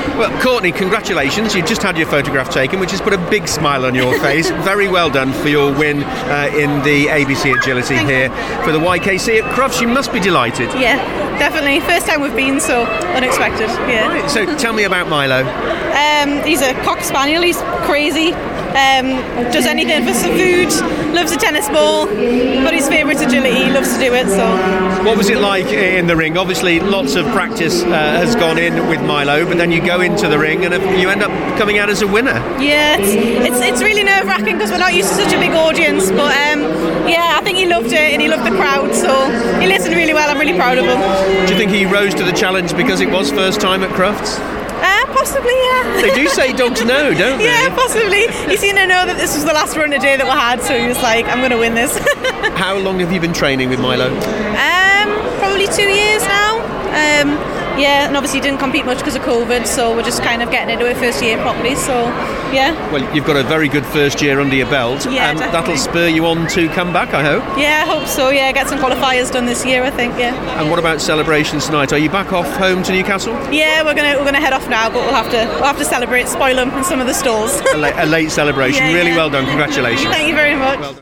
Well, Courtney, congratulations. You just had your photograph taken, which has put a big smile on your face. Very well done for your win uh, in the ABC Agility Thank here for the YKC at Crofts. You must be delighted. Yeah, definitely. First time we've been, so unexpected. Yeah. So tell me about Milo. Um, he's a cock spaniel. He's crazy. Um, does anything for some food. Loves a tennis ball. But his favourite's agility. He loves to do it. So What was it like in the ring? Obviously, lots of practice uh, has gone in with Milo, but then you go into the ring and you end up coming out as a winner. yeah, it's it's, it's really nerve wracking because we're not used to such a big audience. But um, yeah, I think he loved it and he loved the crowd. So he listened really well. I'm really proud of him. Do you think he rose to the challenge because it was first time at Crofts? Uh, possibly, yeah. They do say dogs know, don't they? Yeah, possibly. He seemed to know that this was the last run a day that we had, so he was like, "I'm going to win this." How long have you been training with Milo? Um, probably two years now. Um, yeah, and obviously didn't compete much because of COVID, so we're just kind of getting into it first year properly. So, yeah, Well, you've got a very good first year under your belt, Yeah, and that'll definitely. spur you on to come back, I hope. yeah, I hope so. Yeah, get some qualifiers done this year, I think. Yeah, And what about celebrations tonight? Are you back off home to Newcastle? yeah, we're gonna we're gonna head off now, but we'll have to we'll have to celebrate, spoil them in some of the stalls. A, la- a late celebration. Yeah, really yeah. well done. Congratulations. Thank you very much. Well done.